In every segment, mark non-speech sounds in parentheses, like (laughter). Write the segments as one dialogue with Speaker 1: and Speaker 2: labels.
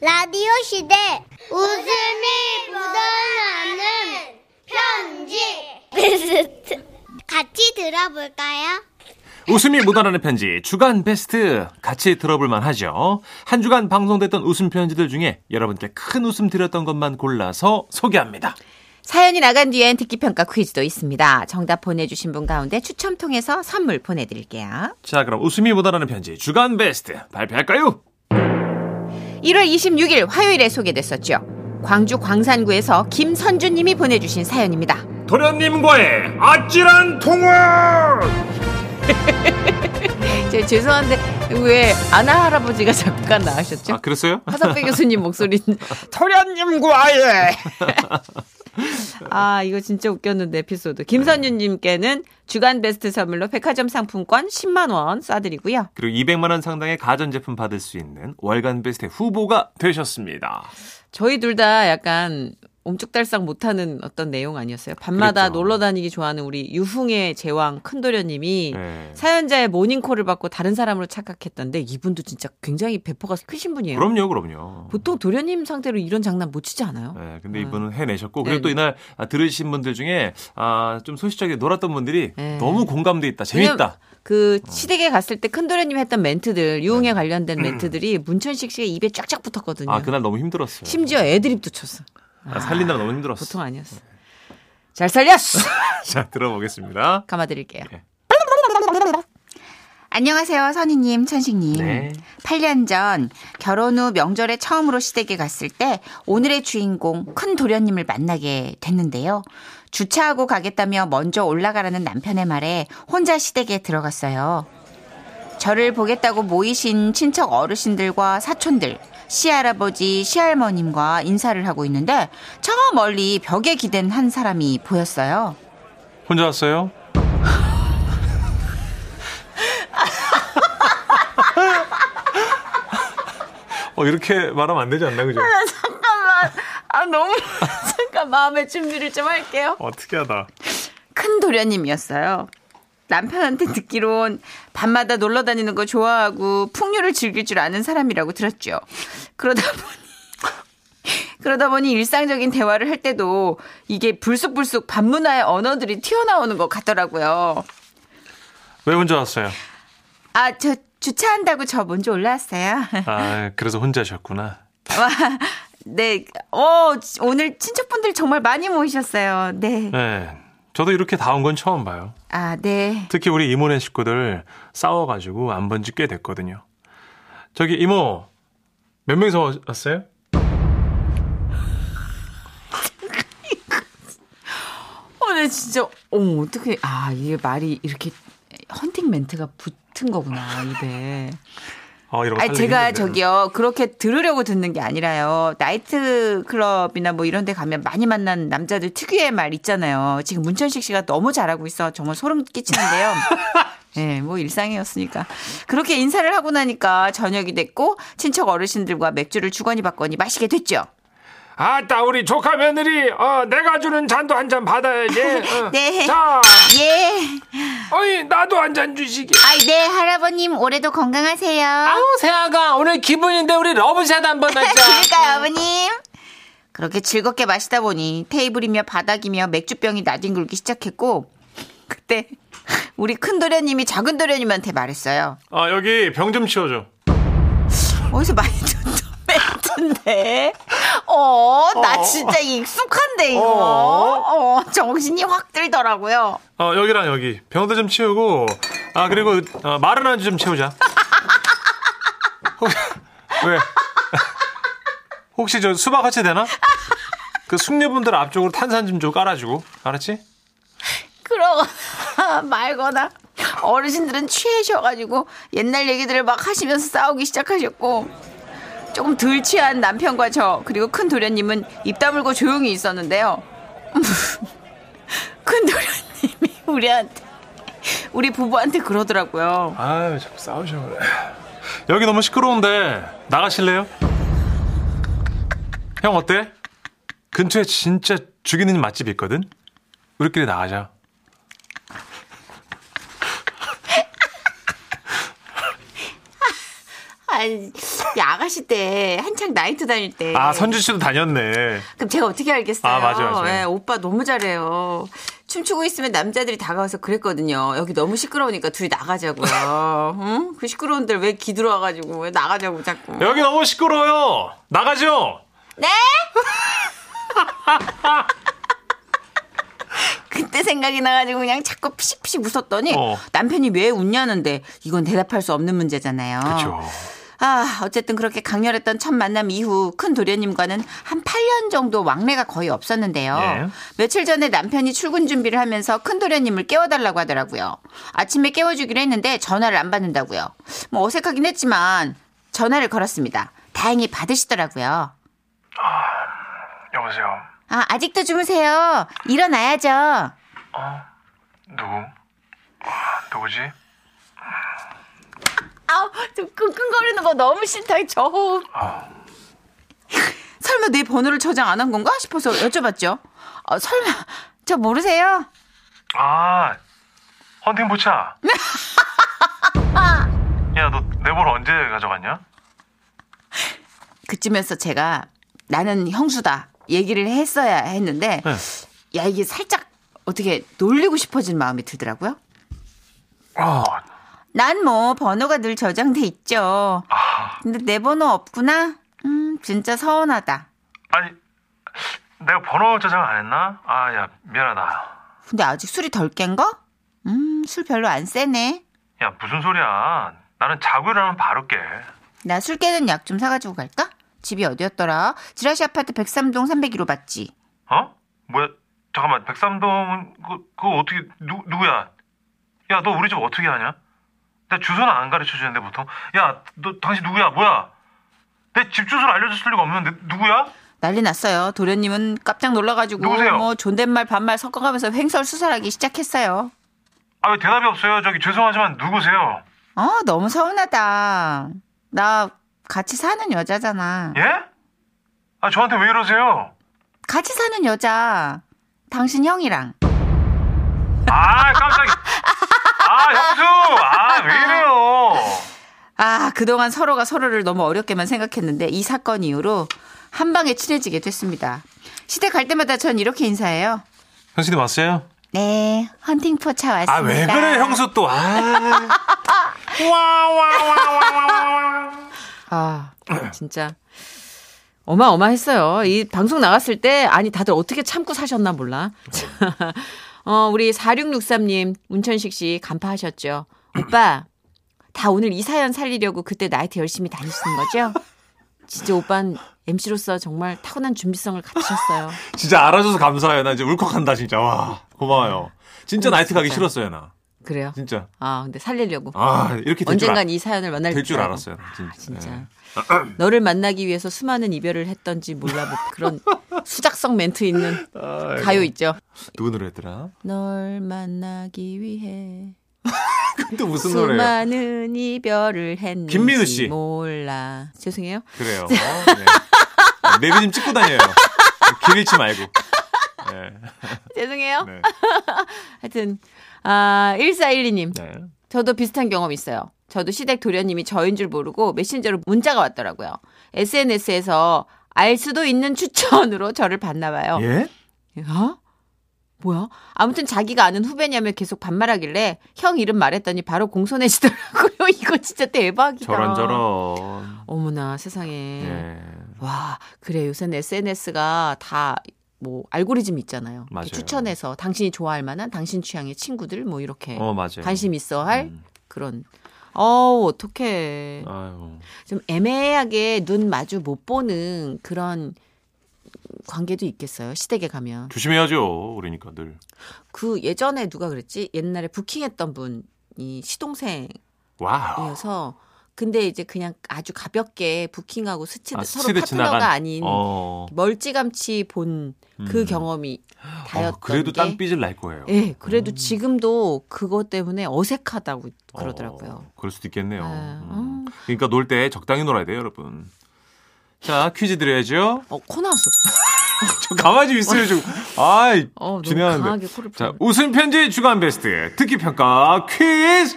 Speaker 1: 라디오 시대 웃음이 묻어나는 편지 같이 들어볼까요?
Speaker 2: 웃음이 묻어나는 편지 주간 베스트 같이 들어볼만 하죠. 한 주간 방송됐던 웃음 편지들 중에 여러분께 큰 웃음 드렸던 것만 골라서 소개합니다.
Speaker 3: 사연이 나간 뒤엔 듣기 평가 퀴즈도 있습니다. 정답 보내주신 분 가운데 추첨 통해서 선물 보내드릴게요.
Speaker 2: 자, 그럼 웃음이 묻어나는 편지 주간 베스트 발표할까요?
Speaker 3: 1월 26일 화요일에 소개됐었죠. 광주 광산구에서 김선주님이 보내주신 사연입니다.
Speaker 2: 도련님과의 아찔한 통화!
Speaker 3: 제 죄송한데 왜 아나 할아버지가 잠깐 나가셨죠?
Speaker 2: 아, 그랬어요?
Speaker 3: 화석배 교수님 (laughs) 목소리 토련님과의 아 이거 진짜 웃겼는데 에피소드 김선윤님께는 주간 베스트 선물로 백화점 상품권 10만 원 쏴드리고요.
Speaker 2: 그리고 200만원 상당의 가전제품 받을 수 있는 월간 베스트 후보가 되셨습니다.
Speaker 3: 저희 둘 다 약간 옴쭉달싹 못하는 어떤 내용 아니었어요. 밤마다
Speaker 2: 그랬죠.
Speaker 3: 놀러 다니기 좋아하는 우리 유흥의 제왕 큰도련님이
Speaker 2: 네.
Speaker 3: 사연자의 모닝콜을 받고 다른 사람으로 착각했던데 이분도 진짜 굉장히 배포가 크신 분이에요.
Speaker 2: 그럼요, 그럼요.
Speaker 3: 보통 도련님 상대로 이런 장난 못 치지 않아요?
Speaker 2: 네, 근데 이분은 해내셨고 그리고
Speaker 3: 네네.
Speaker 2: 또 이날 아, 들으신 분들 중에 아, 좀 소시적에 놀았던 분들이
Speaker 3: 네.
Speaker 2: 너무 공감돼 있다, 어. 재밌다.
Speaker 3: 그 시댁에 갔을 때 큰도련님 했던 멘트들 유흥에 관련된 멘트들이 문천식 씨가 입에 쫙쫙 붙었거든요.
Speaker 2: 네. 음. 아 그날 너무 힘들었어요.
Speaker 3: 심지어 애드립도 쳤어.
Speaker 2: 아, 살리느라 너무 힘들었어.
Speaker 3: 보통 아니었어. 잘 살렸어.
Speaker 2: 자 들어보겠습니다.
Speaker 3: (laughs) 감아드릴게요.
Speaker 2: 예.
Speaker 4: 안녕하세요, 선희님, 천식님.
Speaker 3: 음.
Speaker 2: 네.
Speaker 4: 8년 전 결혼 후 명절에 처음으로 시댁에 갔을 때 오늘의 주인공 큰 도련님을 만나게 됐는데요. 주차하고 가겠다며 먼저 올라가라는 남편의 말에 혼자 시댁에 들어갔어요. 저를 보겠다고 모이신 친척 어르신들과 사촌들, 시할아버지, 시할머님과 인사를 하고 있는데 저 멀리 벽에 기댄 한 사람이 보였어요.
Speaker 2: 혼자 왔어요? (laughs) 어 이렇게 말하면 안 되지 않나 그죠?
Speaker 3: 잠깐만. 아 너무 (laughs) 잠깐 마음의 준비를 좀 할게요.
Speaker 2: 어 특이하다.
Speaker 4: 큰 도련님이었어요. 남편한테 듣기론 밤마다 놀러 다니는 거 좋아하고 풍류를 즐길 줄 아는 사람이라고 들었죠. 그러다 보니 (laughs) 그러다 보니 일상적인 대화를 할 때도 이게 불쑥불쑥 밤문화의 언어들이 튀어나오는 것 같더라고요.
Speaker 2: 왜 혼자 왔어요?
Speaker 4: 아, 저 주차한다고 저 먼저 올라왔어요. (laughs)
Speaker 2: 아 그래서 혼자셨구나.
Speaker 4: 와, 네. 어, 오늘 친척분들 정말 많이 모이셨어요. 네.
Speaker 2: 네. 저도 이렇게 다 온 건 처음 봐요.
Speaker 4: 아, 네.
Speaker 2: 특히 우리 이모네 식구들 싸워가지고 안 본 지 꽤 됐거든요. 저기 이모 몇 명이서 와- 왔어요?
Speaker 4: 어, 네, 진짜.
Speaker 3: 어머 어떻게 아 이게 말이 이렇게 헌팅 멘트가 붙은 거구나 입에.
Speaker 2: 아 이런 거
Speaker 4: 아,
Speaker 2: 살리기
Speaker 4: 제가
Speaker 2: 힘든데.
Speaker 4: 저기요 그렇게 들으려고 듣는 게 아니라요 나이트 클럽이나 뭐 이런데 가면 많이 만난 남자들 특유의 말 있잖아요. 지금 문천식 씨가 너무 잘하고 있어 정말 소름
Speaker 2: (laughs)
Speaker 4: 끼치는데요. 예, 뭐 일상이었으니까 그렇게 인사를 하고 나니까 저녁이 됐고 친척 어르신들과 맥주를 주거니 받거니 마시게 됐죠.
Speaker 2: 아따 우리 조카 며느리 어, 내가 주는 잔도 한 잔
Speaker 4: (laughs)
Speaker 2: 받아야지 어.
Speaker 4: 네.
Speaker 2: 자
Speaker 4: 예,
Speaker 2: 어이 나도 한 잔 주시게
Speaker 4: 아이 네 할아버님 올해도 건강하세요. (laughs)
Speaker 2: 세아가 오늘 기분인데 우리 러브샷 한번
Speaker 4: 그러니까요, 아버님. 그렇게 즐겁게 마시다 보니 테이블이며 바닥이며 맥주병이 나뒹굴기 시작했고 그때 우리 큰 도련님이 작은 도련님한테 말했어요.
Speaker 2: 아 여기 병 좀 치워줘
Speaker 4: 어디서 많이 (laughs) 듣던 멘트인데. 어, 나 진짜 익숙한데 이거.
Speaker 2: 어.
Speaker 4: 어, 정신이 확 들더라고요.
Speaker 2: 어 여기랑 여기 병도 좀 치우고 아 그리고 어, 마른 안주 좀 채우자 (laughs) 혹시, 왜 (laughs) 혹시 저 수박 같이 되나? 그 숙녀분들 앞쪽으로 탄산 좀 좀 깔아주고 알았지?
Speaker 4: 그러거나 (laughs) 말거나 어르신들은 취해셔가지고 옛날 얘기들을 막 하시면서 싸우기 시작하셨고 조금 덜 취한 남편과 저 그리고 큰 도련님은 입 다물고 조용히 있었는데요. (laughs) 큰 도련님이 우리한테 우리 부부한테 그러더라고요.
Speaker 2: 아유 자꾸 싸우셔 그래 여기 너무 시끄러운데 나가실래요? 형 어때? 근처에 진짜 죽이는 맛집 있거든? 우리끼리 나가자
Speaker 4: 아니, 이 아가씨 때 한창 나이트 다닐 때.
Speaker 5: 네.
Speaker 2: 아, 선주 씨도 다녔네.
Speaker 4: 그럼 제가 어떻게 알겠어요?
Speaker 2: 아, 맞아요, 맞아요.
Speaker 4: 예, 오빠 너무 잘해요. 춤추고 있으면 남자들이 다가와서 그랬거든요. 여기 너무 시끄러우니까 둘이 나가자고요. 응? 그 시끄러운데 왜 기들어와가지고 왜 나가자고 자꾸.
Speaker 2: 여기 너무 시끄러워요. 나가죠.
Speaker 4: 네? 그때 생각이 나가지고 그냥 자꾸 피식피식 웃었더니
Speaker 2: 어.
Speaker 4: 남편이 왜 웃냐는데 이건 대답할 수 없는 문제잖아요.
Speaker 2: 그렇죠.
Speaker 4: 아, 어쨌든 그렇게 강렬했던 첫 만남 이후 큰 도련님과는 한 8년 정도 왕래가 거의 없었는데요.
Speaker 2: 예.
Speaker 4: 며칠 전에 남편이 출근 준비를 하면서 큰 도련님을 깨워달라고 하더라고요. 아침에 깨워주기로 했는데 전화를 안 받는다고요. 뭐 어색하긴 했지만 전화를 걸었습니다. 다행히 받으시더라고요.
Speaker 5: 아, 여보세요.
Speaker 4: 아, 아직도 주무세요. 일어나야죠.
Speaker 5: 누구? 아, 누구지?
Speaker 4: 아우, 좀 끙끙거리는 거 너무 싫다. 저.
Speaker 5: 아.
Speaker 4: 설마 내 번호를 저장 안 한 건가 싶어서 여쭤봤죠. 어, 설마 저 모르세요?
Speaker 5: 아, 헌팅 부차. 야, 너 내 볼 언제 가져갔냐?
Speaker 4: 그쯤에서 제가 나는 형수다 얘기를 했어야 했는데 야 이게 살짝 어떻게 놀리고 싶어진 마음이 들더라고요.
Speaker 5: 아,
Speaker 4: 난 뭐 번호가 늘 저장돼 있죠.
Speaker 5: 아,
Speaker 4: 근데 내 번호 없구나. 음 진짜 서운하다.
Speaker 5: 아니, 내가 번호 저장 안 했나? 아, 야, 미안하다.
Speaker 4: 근데 아직 술이 덜 깬 거? 음술 별로 안 세네.
Speaker 5: 야, 무슨 소리야? 나는 자고 일어나면 바로 깨.
Speaker 4: 나 술 깨는 약 좀 사가지고 갈까? 집이 어디였더라? 지라시 아파트 103동 301호 맞지?
Speaker 5: 어? 뭐야? 잠깐만, 백삼동 그 그거 어떻게 누 누구야? 야, 너 우리 집 어떻게 아냐? 내 주소는 안 가르쳐 주는데 보통. 야, 너 당신 누구야? 뭐야? 내 집 주소를 알려줬을 리가 없는데 누구야?
Speaker 4: 난리 났어요. 도련님은 깜짝 놀라가지고
Speaker 5: 누구세요?
Speaker 4: 뭐 존댓말 반말 섞어가면서 횡설수설하기 시작했어요.
Speaker 5: 아 왜 대답이 없어요? 저기 죄송하지만 누구세요?
Speaker 4: 어, 너무 서운하다. 나 같이 사는 여자잖아.
Speaker 5: 예? 아 저한테 왜 이러세요?
Speaker 4: 같이 사는 여자. 당신 형이랑.
Speaker 5: 아 깜짝이. 아 형수, 아 왜 이래요?
Speaker 4: 아, 그동안 서로가 서로를 너무 어렵게만 생각했는데 이 사건 이후로 한 방에 친해지게 됐습니다. 시댁 갈 때마다 전 이렇게 인사해요.
Speaker 2: 형수님 왔어요?
Speaker 4: 네, 헌팅포 차 왔습니다.
Speaker 2: 아, 왜 그래, 형수 또.
Speaker 3: (laughs)
Speaker 2: 아. 와와와와와와. (clears throat)
Speaker 3: 아, 진짜. 어마어마했어요. 이 방송 나갔을 때, 아니, 다들 어떻게 참고 사셨나 몰라. (laughs) 어, 우리 4663님, 문천식 씨, 간파하셨죠. 오빠, 다 오늘 이 사연 살리려고 그때 나이트 열심히 다니시는 거죠? 진짜 오빤 MC로서 정말 타고난 준비성을 갖추셨어요.
Speaker 2: 진짜 알아줘서 감사해요. 나 이제 울컥한다, 진짜. 와, 고마워요. 진짜 나이트 가기
Speaker 3: 음, 진짜요.
Speaker 2: 싫었어요, 나.
Speaker 3: 그래요?
Speaker 2: 진짜.
Speaker 3: 아, 근데 살리려고.
Speaker 2: 아, 이렇게 될 줄
Speaker 3: 언젠간
Speaker 2: 알았어요.
Speaker 3: 이 사연을 만날
Speaker 2: 될줄
Speaker 3: 알고.
Speaker 2: 알았어요. 진짜. 예.
Speaker 3: 아,
Speaker 2: 네.
Speaker 3: 진짜. 너를 만나기 위해서 수많은 이별을 했던지 몰라 뭐
Speaker 2: (laughs)
Speaker 3: 그런 수작성 멘트 있는 가요 있죠.
Speaker 2: 누구 노래 했더라?
Speaker 3: 널 만나기 위해
Speaker 2: 근데 무슨 노래예요?
Speaker 3: 수많은 이별을 했는지
Speaker 2: 김민우 씨.
Speaker 3: 몰라. 죄송해요.
Speaker 2: 그래요. 어, 네. 내비 좀 찍고 다녀요. 길 잃지 말고. 네.
Speaker 3: 죄송해요.
Speaker 2: 네.
Speaker 3: (laughs) 하여튼 아 1412님.
Speaker 2: 네.
Speaker 3: 저도 비슷한 경험 있어요. 저도 시댁 도련님이 저인 줄 모르고 메신저로 문자가 왔더라고요. SNS에서 알 수도 있는 추천으로 저를 봤나 봐요.
Speaker 2: 예?
Speaker 3: 어? 뭐야? 아무튼 자기가 아는 후배냐며 계속 반말하길래 형 이름 말했더니 바로 공손해지더라고요. (laughs) 이거 진짜 음. 대박이다.
Speaker 2: 저런 저런.
Speaker 3: 어머나 세상에.
Speaker 2: 예.
Speaker 3: 와 그래 요새는 SNS가 다 뭐 알고리즘 있잖아요. 이렇게
Speaker 2: 맞아요.
Speaker 3: 추천해서 당신이 좋아할 만한 당신 취향의 친구들 뭐 이렇게
Speaker 2: 어 맞아요.
Speaker 3: 관심 있어 할
Speaker 2: 음.
Speaker 3: 그런. 어우 어떡해.
Speaker 2: 아유.
Speaker 3: 좀 애매하게 눈 마주 못 보는 그런 관계도 있겠어요. 시댁에 가면.
Speaker 2: 조심해야죠. 그러니까 늘.
Speaker 3: 그 예전에 누가 그랬지? 옛날에 부킹했던 분이 시동생이어서
Speaker 2: 와우.
Speaker 3: 근데 이제 그냥 아주 가볍게 부킹하고 스치
Speaker 2: 아,
Speaker 3: 뭐 서로
Speaker 2: 스치듯
Speaker 3: 파트너가
Speaker 2: 지나간?
Speaker 3: 아닌
Speaker 2: 어.
Speaker 3: 멀찌감치 본 그
Speaker 2: 음.
Speaker 3: 경험이
Speaker 2: 어,
Speaker 3: 다였던
Speaker 2: 그래도
Speaker 3: 게
Speaker 2: 땀 삐질 날 거예요. 어,
Speaker 3: 예, 그래도 지금도 그것 때문에 어색하다고 그러더라고요.
Speaker 2: 어, 그럴 수도 있겠네요.
Speaker 3: 아,
Speaker 2: 음. 그러니까 놀 때 적당히 놀아야 돼요, 여러분. 자, 퀴즈 드려야죠.
Speaker 3: 어, 코 나왔어.
Speaker 2: 저 가만히 좀 있어요,
Speaker 3: (laughs)
Speaker 2: 지금. 아이,
Speaker 3: 어, 너무
Speaker 2: 진행하는데.
Speaker 3: 강하게 코를
Speaker 2: 자,
Speaker 3: 풀.
Speaker 2: 웃음 편지 주간 베스트 듣기 평가 퀴즈.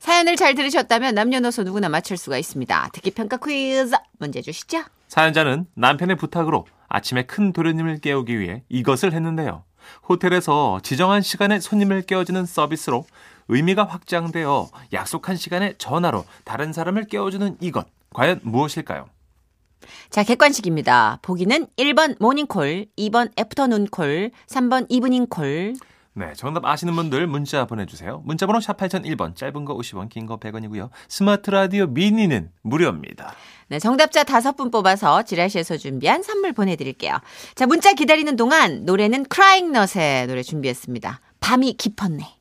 Speaker 3: 사연을 잘 들으셨다면 남녀노소 누구나 맞출 수가 있습니다. 듣기 평가 퀴즈 문제 주시죠.
Speaker 2: 사연자는 남편의 부탁으로 아침에 큰 도련님을 깨우기 위해 이것을 했는데요. 호텔에서 지정한 시간에 손님을 깨워주는 서비스로 의미가 확장되어 약속한 시간에 전화로 다른 사람을 깨워주는 이것 과연 무엇일까요?
Speaker 3: 자, 객관식입니다. 보기는 1번 모닝콜, 2번 애프터눈콜, 3번 이브닝콜.
Speaker 2: 네, 정답 아시는 분들 문자 보내주세요. 문자번호 샵 8001번, 짧은 거 50원, 긴 거 100원이고요. 스마트 라디오 미니는 무료입니다.
Speaker 3: 네, 정답자 다섯 분 뽑아서 지라시에서 준비한 선물 보내드릴게요. 자, 문자 기다리는 동안 노래는 크라잉넛의 노래 준비했습니다. 밤이 깊었네.